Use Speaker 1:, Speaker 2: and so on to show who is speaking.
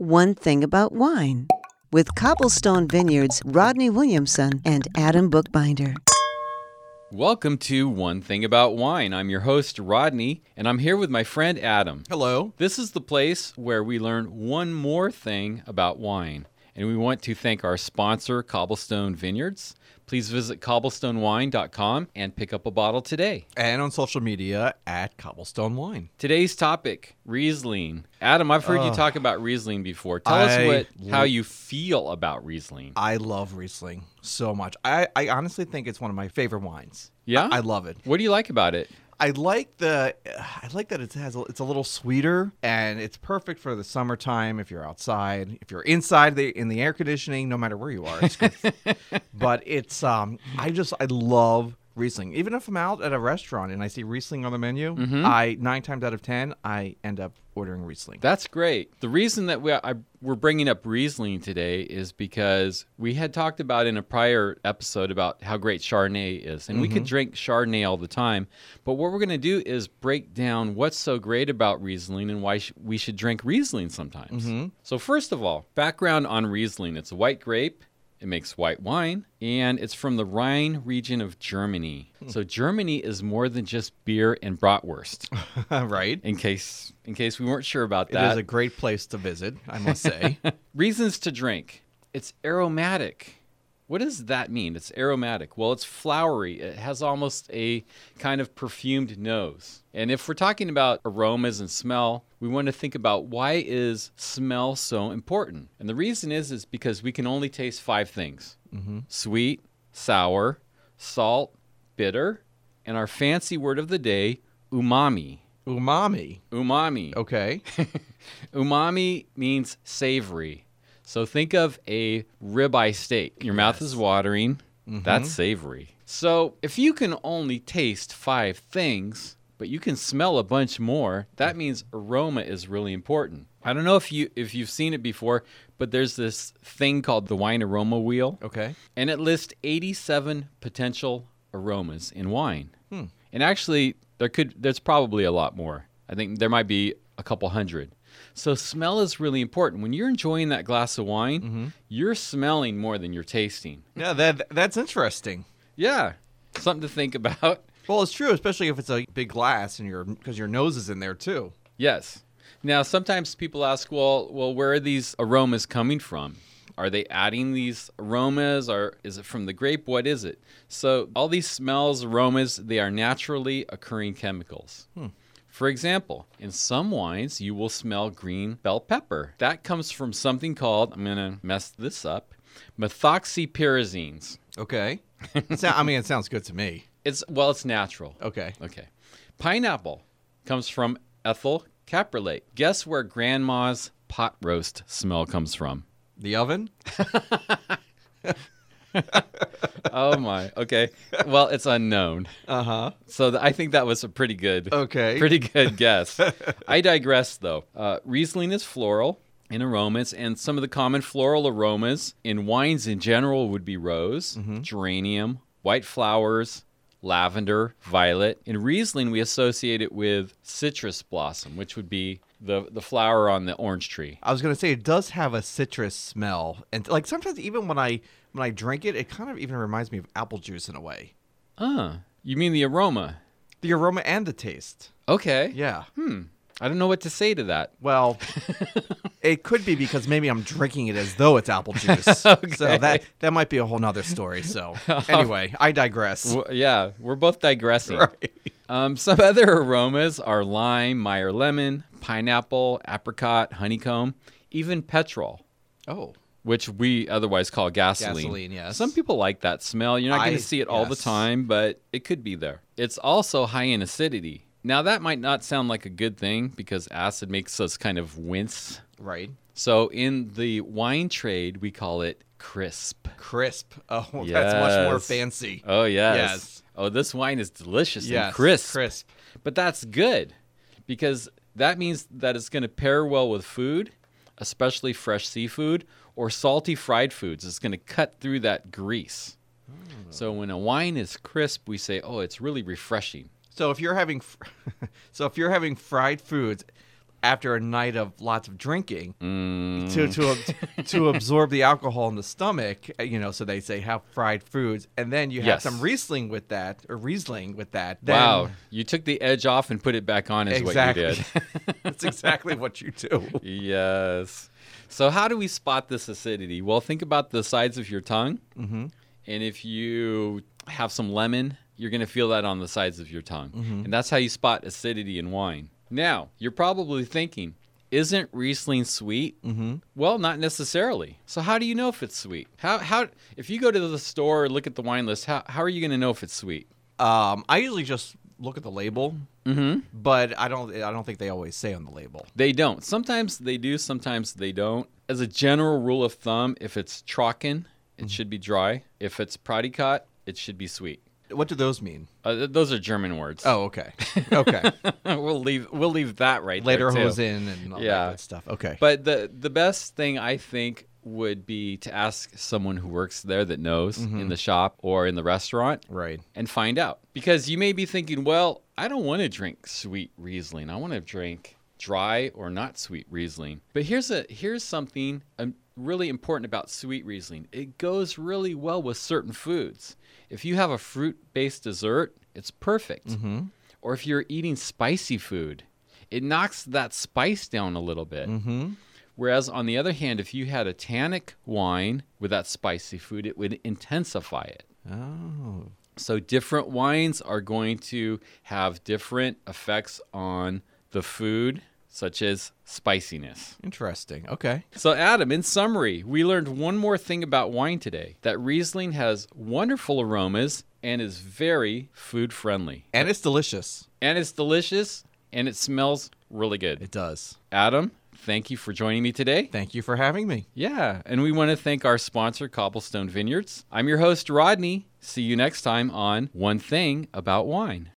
Speaker 1: One Thing About Wine with Cobblestone Vineyards' Rodney Williamson and Adam Bookbinder.
Speaker 2: Welcome to One Thing About Wine. I'm your host, Rodney, and I'm here with my friend Adam.
Speaker 3: Hello.
Speaker 2: This is the place where we learn one more thing about wine. And we want to thank our sponsor, Cobblestone Vineyards. Please visit cobblestonewine.com and pick up a bottle today.
Speaker 3: And on social media at Cobblestone Wine.
Speaker 2: Today's topic, Riesling. Adam, I've heard you talk about Riesling before. Tell us
Speaker 3: I
Speaker 2: what
Speaker 3: lo-
Speaker 2: how you feel about Riesling.
Speaker 3: I love Riesling so much. I, I honestly think it's one of my favorite wines.
Speaker 2: Yeah?
Speaker 3: I, I love it.
Speaker 2: What do you like about it?
Speaker 3: I like the I like that it has a, it's a little sweeter and it's perfect for the summertime if you're outside. If you're inside the in the air conditioning, no matter where you are, it's good. but it's um I just I love Riesling. Even if I'm out at a restaurant and I see Riesling on the menu, I nine times out of ten I end up ordering Riesling.
Speaker 2: That's great. The reason that we, I, we're bringing up Riesling today is because we had talked about in a prior episode about how great Chardonnay is, and we
Speaker 3: Mm-hmm.
Speaker 2: could drink Chardonnay all the time. But what we're going to do is break down what's so great about Riesling and why sh- we should drink Riesling sometimes.
Speaker 3: Mm-hmm.
Speaker 2: So, first of all, background on Riesling it's a white grape. It makes white wine, and it's from the Rhine region of Germany.
Speaker 3: Hmm.
Speaker 2: So Germany is more than just beer and bratwurst.
Speaker 3: right?
Speaker 2: In case, in case we weren't sure about
Speaker 3: It
Speaker 2: that,
Speaker 3: is a great place to visit, I must say.
Speaker 2: Reasons to drink. It's aromatic. What does that mean? It's aromatic. Well, it's flowery. It has almost a kind of perfumed nose. And if we're talking about aromas and smell, we want to think about why is smell so important? And the reason is is because we can only taste five things. Sweet, sour, salt, bitter, and our fancy word of the day, umami.
Speaker 3: Umami.
Speaker 2: Umami.
Speaker 3: Okay.
Speaker 2: Umami means savory. So think of a ribeye steak. Your mouth is watering. That's savory. So if you can only taste five things, but you can smell a bunch more, that means aroma is really important. I don't know if you if you've seen it before, but there's this thing called the wine aroma wheel
Speaker 3: Okay.
Speaker 2: and it lists 87 potential aromas in wine. And actually, there could there's probably a lot more. I think there might be a couple hundred. So smell is really important. When you're enjoying that glass of wine, you're smelling more than you're tasting.
Speaker 3: Yeah, that that's interesting.
Speaker 2: Yeah, something to think about.
Speaker 3: Well, it's true, especially if it's a big glass and your because your nose is in there too.
Speaker 2: Yes. Now, sometimes people ask, well, well, where are these aromas coming from? Are they adding these aromas or is it from the grape? What is it? So, all these smells, aromas, they are naturally occurring chemicals. For example, in some wines, you will smell green bell pepper. That comes from something called, I'm going to mess this up, methoxypyrazines.
Speaker 3: Okay. It sou- I mean, it sounds good to me.
Speaker 2: It's, well, it's natural.
Speaker 3: Okay.
Speaker 2: Okay. Pineapple comes from ethyl caprylate. Guess where grandma's pot roast smell comes from?
Speaker 3: The oven?
Speaker 2: Oh my. Okay. Well, it's unknown.
Speaker 3: Uh-huh.
Speaker 2: So th- I think that was a pretty good
Speaker 3: Okay.
Speaker 2: Pretty good guess. I digress though. Uh, Riesling is floral in aromas, and some of the common floral aromas in wines in general would be rose, geranium, white flowers, lavender, violet. In Riesling, we associate it with citrus blossom, which would be the, the flower on the orange tree.
Speaker 3: I was going to say it does have a citrus smell. And like sometimes even when I when I drink it, it kind of even reminds me of apple juice in a way.
Speaker 2: Ah, you mean the aroma?
Speaker 3: The aroma and the taste.
Speaker 2: Okay.
Speaker 3: Yeah.
Speaker 2: I don't know what to say to that.
Speaker 3: Well, it could be because maybe I'm drinking it as though it's apple juice. So that that might be a whole nother story. So
Speaker 2: Oh.
Speaker 3: anyway, I digress.
Speaker 2: W- yeah, we're both digressing. Um, some other aromas are lime, Meyer lemon, pineapple, apricot, honeycomb, even petrol,
Speaker 3: Oh,
Speaker 2: which we otherwise call gasoline.
Speaker 3: Gasoline, yes.
Speaker 2: Some people like that smell. You're not going
Speaker 3: I-
Speaker 2: to see it all the
Speaker 3: yes.
Speaker 2: time, but it could be there. It's also high in acidity. Now, that might not sound like a good thing because acid makes us kind of wince.
Speaker 3: right.
Speaker 2: So, in the wine trade, we call it crisp.
Speaker 3: Crisp. Oh, that's much more
Speaker 2: Yes.
Speaker 3: fancy.
Speaker 2: Oh, yes.
Speaker 3: Yes.
Speaker 2: Oh, this wine is delicious
Speaker 3: Yes,
Speaker 2: and crisp.
Speaker 3: Crisp.
Speaker 2: But that's good because that means that it's going to pair well with food, especially fresh seafood or salty fried foods. It's going to cut through that grease.
Speaker 3: Hmm.
Speaker 2: So when a wine is crisp, we say, "Oh, it's really refreshing."
Speaker 3: So if you're having, fr- so if you're having fried foods, after a night of lots of drinking
Speaker 2: Mm.
Speaker 3: to to ab- to absorb the alcohol in the stomach. uh, You know, so they say have fried foods, and then you have
Speaker 2: Yes.
Speaker 3: some Riesling with that, or Riesling with that. Then,
Speaker 2: Wow, you took the edge off and put it back on, is
Speaker 3: exactly.
Speaker 2: what you did.
Speaker 3: That's exactly what you do.
Speaker 2: yes. So how do we spot this acidity? Well, think about the sides of your tongue, mm-hmm. and if you have some lemon, you're going to feel that on the sides of your tongue, and that's how you spot acidity in wine. Now, you're probably thinking, isn't Riesling sweet? Mm-hmm. Well, not necessarily. So how do you know if it's sweet? How how if you go to the store and look at the wine list, how how are you going to know if it's sweet?
Speaker 3: Um, I usually just look at the label, mm-hmm. but I don't. I don't think they always say on the label.
Speaker 2: They don't. Sometimes they do, sometimes they don't. As a general rule of thumb, if it's trocken,
Speaker 3: Mm-hmm.
Speaker 2: it should be dry. If it's prodicot, it should be sweet.
Speaker 3: What do those mean?
Speaker 2: Uh, th- those are German words.
Speaker 3: Oh, okay, okay.
Speaker 2: we'll leave we'll leave that right
Speaker 3: Later
Speaker 2: there, too.
Speaker 3: hose in and all
Speaker 2: Yeah.
Speaker 3: that good stuff. Okay,
Speaker 2: But the the best thing I think would be to ask someone who works there that knows
Speaker 3: Mm-hmm.
Speaker 2: in the shop or in the restaurant
Speaker 3: right.
Speaker 2: and find out. Because you may be thinking, well, I don't want to drink sweet Riesling. I want to drink dry or not sweet Riesling. But here's a here's something um, really important about sweet Riesling. It goes really well with certain foods. If you have a fruit-based dessert, it's perfect. Or if you're eating spicy food, it knocks that spice down a little bit. Whereas on the other hand, if you had a tannic wine with that spicy food, it would intensify it.
Speaker 3: Oh,
Speaker 2: So different wines are going to have different effects on the food, such as spiciness.
Speaker 3: interesting. Okay.
Speaker 2: So, Adam, in summary, we learned one more thing about wine today that Riesling has wonderful aromas and is very food friendly.
Speaker 3: And it's delicious.
Speaker 2: And it's delicious and it smells really good.
Speaker 3: It does.
Speaker 2: Adam, thank you for joining me today.
Speaker 3: Thank you for having me.
Speaker 2: Yeah, and we want to thank our sponsor, Cobblestone Vineyards. I'm your host, Rodney. See you next time on One Thing About Wine.